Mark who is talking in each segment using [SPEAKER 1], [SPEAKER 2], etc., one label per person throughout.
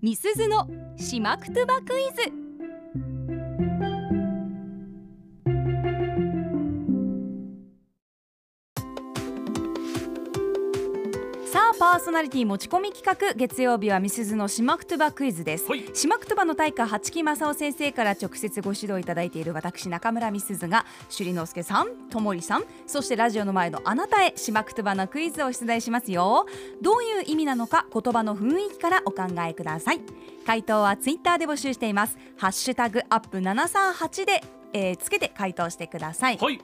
[SPEAKER 1] みすずのしまくとばクイズさあパーソナリティ持ち込み企画月曜日はみすずのしまくとばクイズです、
[SPEAKER 2] はい
[SPEAKER 1] しまくとばの大家八木正夫先生から直接ご指導いただいている私中村みすずが朱里之助さんともりさんそしてラジオの前のあなたへしまくとばのクイズを出題しますよどういう意味なのか言葉の雰囲気からお考えください回答はツイッターで募集していますハッシュタグアップ738で、えーつけて回答してください、
[SPEAKER 2] はい。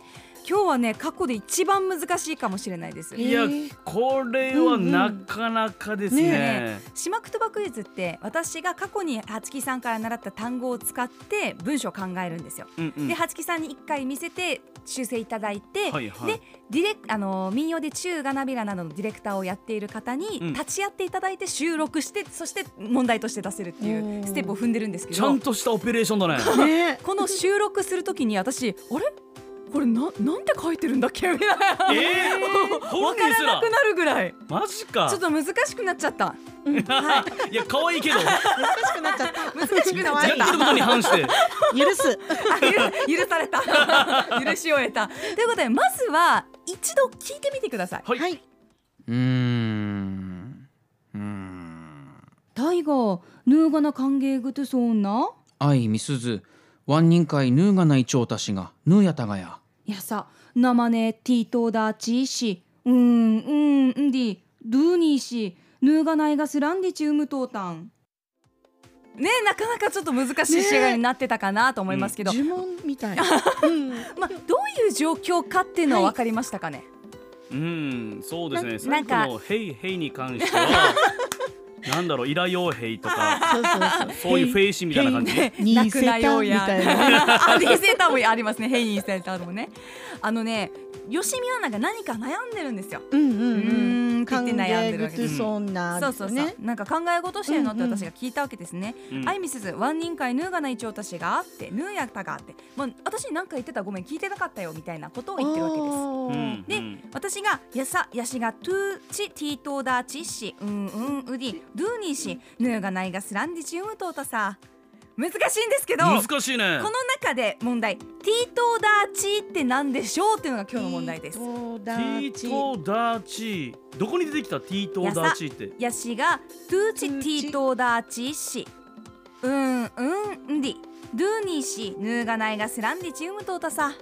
[SPEAKER 1] 今日はね過去で一番難しいかもしれないです
[SPEAKER 2] いや、これはなかなかですね。
[SPEAKER 1] ねしまくとばクイズって私が過去に八木さんから習った単語を使って文章を考えるんですよ。
[SPEAKER 2] うんうん
[SPEAKER 1] で八木さんに1回見せて修正いただいて、
[SPEAKER 2] はいはい
[SPEAKER 1] でディレあの民謡で中がなびらなどのディレクターをやっている方に
[SPEAKER 2] うん
[SPEAKER 1] 立ち会っていただいて収録して、そして問題として出せるっていうステップを踏んでるんですけ
[SPEAKER 2] ちゃ
[SPEAKER 1] ど
[SPEAKER 2] んとしたオペレーションだね。
[SPEAKER 3] ね
[SPEAKER 1] この収録するときに私あれこれななんて書いてるんだっけみたいな、
[SPEAKER 2] えー、
[SPEAKER 1] わ
[SPEAKER 2] 本
[SPEAKER 1] か
[SPEAKER 2] 人す
[SPEAKER 1] らな
[SPEAKER 2] ら
[SPEAKER 1] く。なるぐらい
[SPEAKER 2] マジか。
[SPEAKER 1] ちょっと難しくなっちゃった。
[SPEAKER 2] いや可愛いけど、や
[SPEAKER 3] 難しくなっちゃった難しくなっ
[SPEAKER 2] っ
[SPEAKER 3] ち
[SPEAKER 2] て
[SPEAKER 3] ゃ
[SPEAKER 2] ることに 反して。
[SPEAKER 3] た許す
[SPEAKER 1] あゆ 許された 許しを得たということでまずは一度聞いてみてください
[SPEAKER 2] はい。
[SPEAKER 3] はい
[SPEAKER 4] うん。うん。
[SPEAKER 1] タイガーヌーガナ歓迎グトソンな
[SPEAKER 4] あいみすず、ワン人会ヌーがないちょうたしが、ヌーやたがや。
[SPEAKER 1] いやさ生ねティートーダーチーシうーんうーんんでィドゥーニーシヌーガナイガスランディチウムトータンねえなかなかちょっと難しい仕上がりになってたかなと思いますけど、
[SPEAKER 3] 呪文みたいうん
[SPEAKER 1] まあ、どういう状況かっていうのは
[SPEAKER 3] はい
[SPEAKER 1] 分かりましたかね、
[SPEAKER 2] うん、そうですね。
[SPEAKER 1] な
[SPEAKER 2] 最
[SPEAKER 1] ん
[SPEAKER 2] 後
[SPEAKER 1] か
[SPEAKER 2] のヘイヘイに関しては、なんだろう、イラヨウヘイ とか、
[SPEAKER 3] そうそうそう
[SPEAKER 2] そういうフェイシみたいな感じ。
[SPEAKER 1] ね
[SPEAKER 3] ニーセ
[SPEAKER 1] 泣く
[SPEAKER 3] タ
[SPEAKER 1] なよや
[SPEAKER 3] みたいな
[SPEAKER 1] あニーセタもありますね。ヘイニーセタもね。あのね、吉見アナが何か悩んでるんですよ。
[SPEAKER 3] うん
[SPEAKER 1] う
[SPEAKER 3] うんうん
[SPEAKER 1] ーんって言っ
[SPEAKER 3] 歓
[SPEAKER 1] て悩ん
[SPEAKER 3] 迎
[SPEAKER 1] でるわ
[SPEAKER 3] グ
[SPEAKER 1] け
[SPEAKER 3] ト
[SPEAKER 1] です。
[SPEAKER 3] ソンナ
[SPEAKER 1] そう
[SPEAKER 3] ー
[SPEAKER 1] そ
[SPEAKER 3] そうう
[SPEAKER 1] そう、
[SPEAKER 3] ね
[SPEAKER 1] なんか考え事してるのって
[SPEAKER 3] うんうん
[SPEAKER 1] 私が聞いたわけですね。
[SPEAKER 2] うん
[SPEAKER 1] あいみすず、ワン人会ヌーがないちょうたしがあって、ヌーやったがあって、まあ、私に何か言ってたごめん聞いてなかったよみたいなことを言ってるわけです。
[SPEAKER 2] う
[SPEAKER 3] で
[SPEAKER 2] ん
[SPEAKER 1] で
[SPEAKER 2] うん
[SPEAKER 1] 私がやさやしがトゥーチティートーダーチッシうんうんうりドゥーニーシヌーがないがスランディチウムトータさ難しいんですけど
[SPEAKER 2] 難しいね
[SPEAKER 1] こ。の中で問題ティートーダーチーって何でしょうっていうのが今日の問題です
[SPEAKER 3] ティート
[SPEAKER 2] テ
[SPEAKER 3] ダ
[SPEAKER 2] ィ
[SPEAKER 3] ー
[SPEAKER 2] ー
[SPEAKER 3] チ
[SPEAKER 2] トダーチー、どこに出てきたティートダーチーって。
[SPEAKER 1] ヤシがトゥーチティートーダーチーシうんうんんりドゥーニーシヌーがないがスランディチウムトータさ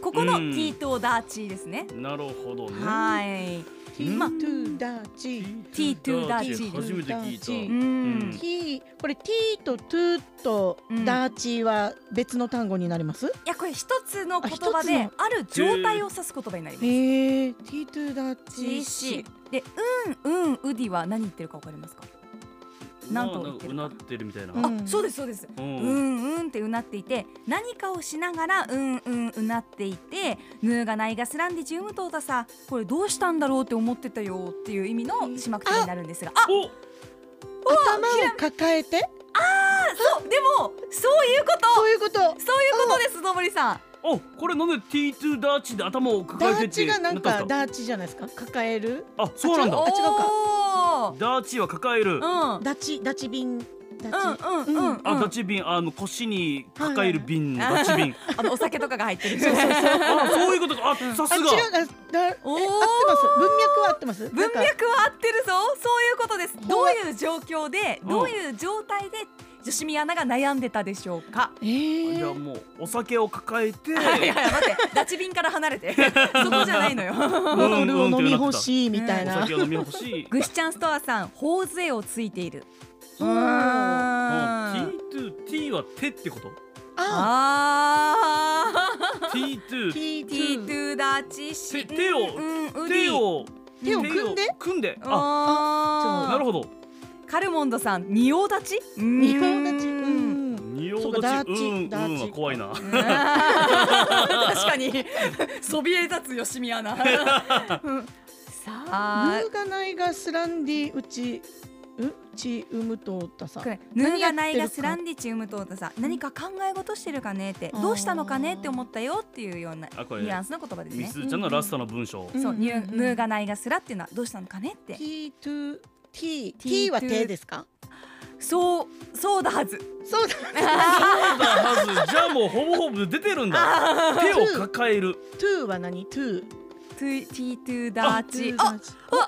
[SPEAKER 1] ここの
[SPEAKER 2] う
[SPEAKER 1] テ
[SPEAKER 2] ん
[SPEAKER 1] ィートーダーチーですね
[SPEAKER 2] なるほどね。
[SPEAKER 1] はい
[SPEAKER 3] ティ
[SPEAKER 2] まあ
[SPEAKER 3] ートダーチ
[SPEAKER 1] トダーチー
[SPEAKER 2] 初めて聞い
[SPEAKER 3] うん
[SPEAKER 1] う
[SPEAKER 2] た。
[SPEAKER 1] ん
[SPEAKER 3] ティーこれティーとトゥーとダーチーは別の単語になります
[SPEAKER 1] いやこれ一つの言葉
[SPEAKER 3] あ
[SPEAKER 1] で
[SPEAKER 3] 一つ
[SPEAKER 1] ある状態を指す言葉になります。
[SPEAKER 3] へえティートダーチー
[SPEAKER 1] GC でうんうんウディは何言ってるかわかりますか、なんと言ってる
[SPEAKER 2] うなってるみたいな。
[SPEAKER 3] うん
[SPEAKER 1] あそうですそうです
[SPEAKER 2] う。
[SPEAKER 1] うんんうんってうなっていて何かをしながらうんうんうなっていてヌーがないがスランディチウムトータさこれどうしたんだろうって思ってたよっていう意味のしまくとになるんですがあ
[SPEAKER 2] お、
[SPEAKER 3] 頭を抱えて
[SPEAKER 1] そうでもそういうこと
[SPEAKER 3] そういうこと
[SPEAKER 1] そういうことですのぼりさん
[SPEAKER 2] お、これなんで T2 ダーチで頭を
[SPEAKER 3] ダ
[SPEAKER 2] 抱えて
[SPEAKER 3] ー
[SPEAKER 2] っ
[SPEAKER 3] チ
[SPEAKER 2] て
[SPEAKER 3] がなん
[SPEAKER 2] な
[SPEAKER 3] か
[SPEAKER 2] ったんです
[SPEAKER 3] ダーチじゃないですか抱える
[SPEAKER 2] かあ、そうなんだ
[SPEAKER 3] あ。違うか
[SPEAKER 1] おー
[SPEAKER 2] ダーチは抱える。
[SPEAKER 1] うん
[SPEAKER 3] ダチダチ瓶ダ
[SPEAKER 1] う
[SPEAKER 3] チ
[SPEAKER 1] んうんうんうん
[SPEAKER 2] あ、ダチ瓶、あの腰に抱える瓶のダチ瓶。
[SPEAKER 1] あのお酒とかが入ってる
[SPEAKER 2] あ、そういうことか。あ、さ
[SPEAKER 3] あ
[SPEAKER 2] す
[SPEAKER 3] 違う
[SPEAKER 2] が。
[SPEAKER 3] あだえ合って
[SPEAKER 1] お
[SPEAKER 3] ま
[SPEAKER 1] ー
[SPEAKER 3] す文脈は合ってます
[SPEAKER 1] 文
[SPEAKER 3] なんか
[SPEAKER 1] 脈は合ってるぞそういうことですどういう状況で
[SPEAKER 2] うん
[SPEAKER 1] どういう状態で女子ミアナが悩んでたでしょうか
[SPEAKER 3] え
[SPEAKER 2] じゃあ
[SPEAKER 3] ー
[SPEAKER 2] もうお酒を抱えて、
[SPEAKER 1] いやいや待ってダチ瓶から離れ てそこじゃないのよ
[SPEAKER 2] ボ
[SPEAKER 3] ボトルを飲み干しいみたい
[SPEAKER 2] お
[SPEAKER 3] な
[SPEAKER 2] 酒を飲み干し い。
[SPEAKER 1] グシちゃんストアさん頬杖をついている
[SPEAKER 3] うん
[SPEAKER 1] あ
[SPEAKER 2] T2、T は手ってこと
[SPEAKER 3] あ
[SPEAKER 1] あー
[SPEAKER 2] ?T2、
[SPEAKER 3] T2
[SPEAKER 1] T2 ダチシ
[SPEAKER 2] 手手を
[SPEAKER 1] うんうんウディ
[SPEAKER 2] 手を
[SPEAKER 3] 手を組んで
[SPEAKER 2] 組んで、あ、
[SPEAKER 1] あ
[SPEAKER 2] なる
[SPEAKER 1] ほど
[SPEAKER 2] ほど。
[SPEAKER 1] カルモンドさん仁王立ち
[SPEAKER 3] 日
[SPEAKER 1] 仁
[SPEAKER 3] 本立 ちうん
[SPEAKER 2] 仁
[SPEAKER 3] そ
[SPEAKER 2] 王
[SPEAKER 3] うかダ
[SPEAKER 2] 立
[SPEAKER 3] ー
[SPEAKER 2] ち、
[SPEAKER 3] チ
[SPEAKER 2] うんうん
[SPEAKER 3] ダーチ
[SPEAKER 2] は怖いな。
[SPEAKER 1] うん確かに そびえ立つ吉見ア ナうんさあ
[SPEAKER 3] ムーがないがスランディうちうちうむとったさ
[SPEAKER 1] これヌーがない
[SPEAKER 3] 何や
[SPEAKER 1] が
[SPEAKER 3] って
[SPEAKER 1] ス
[SPEAKER 3] るか
[SPEAKER 1] ランディチウムトータさ何か考え事してるかねってどうしたのかねって思ったよっていうような
[SPEAKER 2] あこれ
[SPEAKER 1] ニュアンスの言葉です
[SPEAKER 2] み
[SPEAKER 1] ね。
[SPEAKER 2] すずちゃんのラストの文章、
[SPEAKER 3] うん
[SPEAKER 1] そう、ニュ
[SPEAKER 3] うん
[SPEAKER 1] ーヌーがないがすらっていうのはどうしたのかねって。
[SPEAKER 3] T to T T は手ですか
[SPEAKER 1] そうそうだはず。
[SPEAKER 3] そうだ
[SPEAKER 2] そうだはずじゃあもうほぼほぼ出てるんだ手を抱える
[SPEAKER 3] to は何 to
[SPEAKER 1] トゥティトゥダーチ。あ、
[SPEAKER 3] あ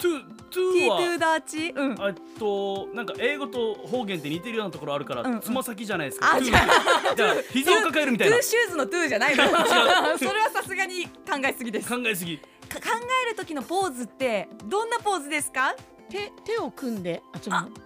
[SPEAKER 2] トゥト
[SPEAKER 1] テ
[SPEAKER 2] ゥ
[SPEAKER 1] ィトゥ
[SPEAKER 2] は
[SPEAKER 1] ダーチ。うん。
[SPEAKER 2] えっとなんか英語と方言って似てるようなところあるか
[SPEAKER 1] うんうん
[SPEAKER 2] らつま先じゃないですか
[SPEAKER 1] あ
[SPEAKER 2] トゥ
[SPEAKER 1] じゃ
[SPEAKER 2] ーじゃあ膝を抱えるみたいな
[SPEAKER 1] トゥ
[SPEAKER 2] 考
[SPEAKER 1] ーシューズのトゥーじゃないの。 それはさすがに考えすぎです。か
[SPEAKER 2] えすぎ
[SPEAKER 1] 考える時のポーズってどんなポーズですか？
[SPEAKER 3] 手手を組んで集まる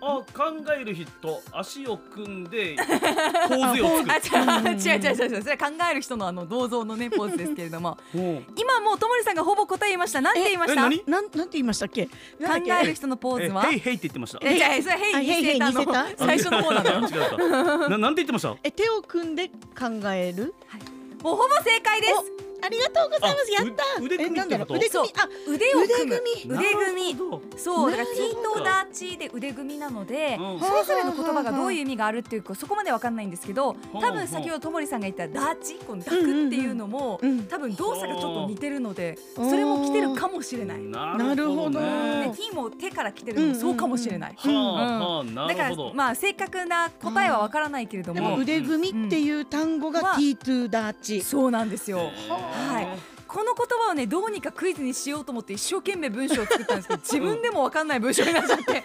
[SPEAKER 3] あ
[SPEAKER 2] あ考える人足を組ん でポーズを作
[SPEAKER 1] あ、
[SPEAKER 2] る
[SPEAKER 1] 違う違う違う違う違う。それ考える人のあの銅像のねポーズですけれども、
[SPEAKER 2] うん
[SPEAKER 1] 今もうともりさんがほぼ答え言いました。なんて言いま
[SPEAKER 2] え
[SPEAKER 1] した？
[SPEAKER 2] 何
[SPEAKER 3] なんなんて言いましたっけ
[SPEAKER 1] 考
[SPEAKER 3] なんだっけ
[SPEAKER 1] える人のポーズは
[SPEAKER 2] えヘイヘイって言ってました
[SPEAKER 1] えじゃあそれヘイにしてたの
[SPEAKER 3] あヘイヘイにしてた
[SPEAKER 1] 最初の方なのよ
[SPEAKER 2] あ 違うかななんて言ってました
[SPEAKER 3] え手を組んで考える
[SPEAKER 1] もうほぼ正解です
[SPEAKER 3] ありがとうございますや
[SPEAKER 2] あ
[SPEAKER 3] った
[SPEAKER 2] う腕組み
[SPEAKER 3] えなんだろ
[SPEAKER 2] ってこと
[SPEAKER 3] う腕組み
[SPEAKER 1] そ
[SPEAKER 3] あ
[SPEAKER 1] 腕を組む
[SPEAKER 3] 腕組
[SPEAKER 1] 腕組み
[SPEAKER 2] なるほど
[SPEAKER 1] そうだから
[SPEAKER 3] な
[SPEAKER 1] テ
[SPEAKER 3] る
[SPEAKER 1] ィ
[SPEAKER 2] ほ
[SPEAKER 1] ー
[SPEAKER 2] ど
[SPEAKER 1] トダーチで腕組みなので、
[SPEAKER 2] うん
[SPEAKER 1] それぞれの言葉がどういう意味があるっていうかそこまでわかんないんですけど
[SPEAKER 2] あ
[SPEAKER 1] 多分先ほどともりさんが言ったダーチこのダクっていうのも
[SPEAKER 3] うん
[SPEAKER 1] 多分動作がちょっと似てるので
[SPEAKER 3] あー
[SPEAKER 1] それも来てるかもしれないで
[SPEAKER 2] なるほど
[SPEAKER 3] なる
[SPEAKER 2] ね
[SPEAKER 3] ほど
[SPEAKER 1] T も手から来てるのもそうかもしれない
[SPEAKER 2] はあはあな
[SPEAKER 1] だか
[SPEAKER 2] るほ
[SPEAKER 1] ら
[SPEAKER 2] ど
[SPEAKER 1] まあ正確な答えはわからないけれど
[SPEAKER 3] で
[SPEAKER 1] も
[SPEAKER 3] も腕組みっていう単語
[SPEAKER 1] うん
[SPEAKER 3] が T to ダーチ
[SPEAKER 1] そうなんですよ
[SPEAKER 2] へえ
[SPEAKER 1] はいこの言葉をねどうにかクイズにしようと思って一生懸命文章を作ったんですけど自分でも分かんない文章になっちゃって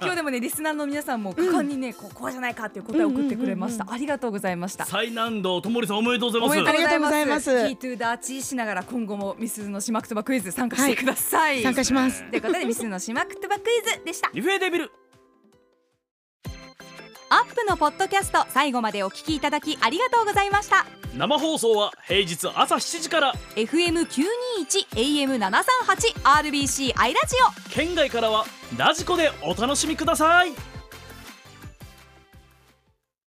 [SPEAKER 1] 今日でもねリスナーの皆さんも果敢にねこうこうじゃないかっていう答えを送ってくれました、
[SPEAKER 3] うん
[SPEAKER 1] ありがとうございました
[SPEAKER 2] 最難度ともりさんおめでとうご
[SPEAKER 1] お
[SPEAKER 2] ざい
[SPEAKER 1] めで
[SPEAKER 2] ま
[SPEAKER 1] とう
[SPEAKER 2] す
[SPEAKER 1] ございます
[SPEAKER 3] ありがとうございます
[SPEAKER 1] T to ダーチしながら今後もミスズのしまくとばクイズ参加してください、
[SPEAKER 3] 参加します
[SPEAKER 1] ということでミスズのしまくとばクイズでした
[SPEAKER 2] リフェデビル
[SPEAKER 1] アップのポッドキャスト最後までお聞きいただきありがとうございました
[SPEAKER 2] 生放送は平日朝7時から
[SPEAKER 1] FM921 AM738 RBC アイラジオ
[SPEAKER 2] 県外からはラジコでお楽しみください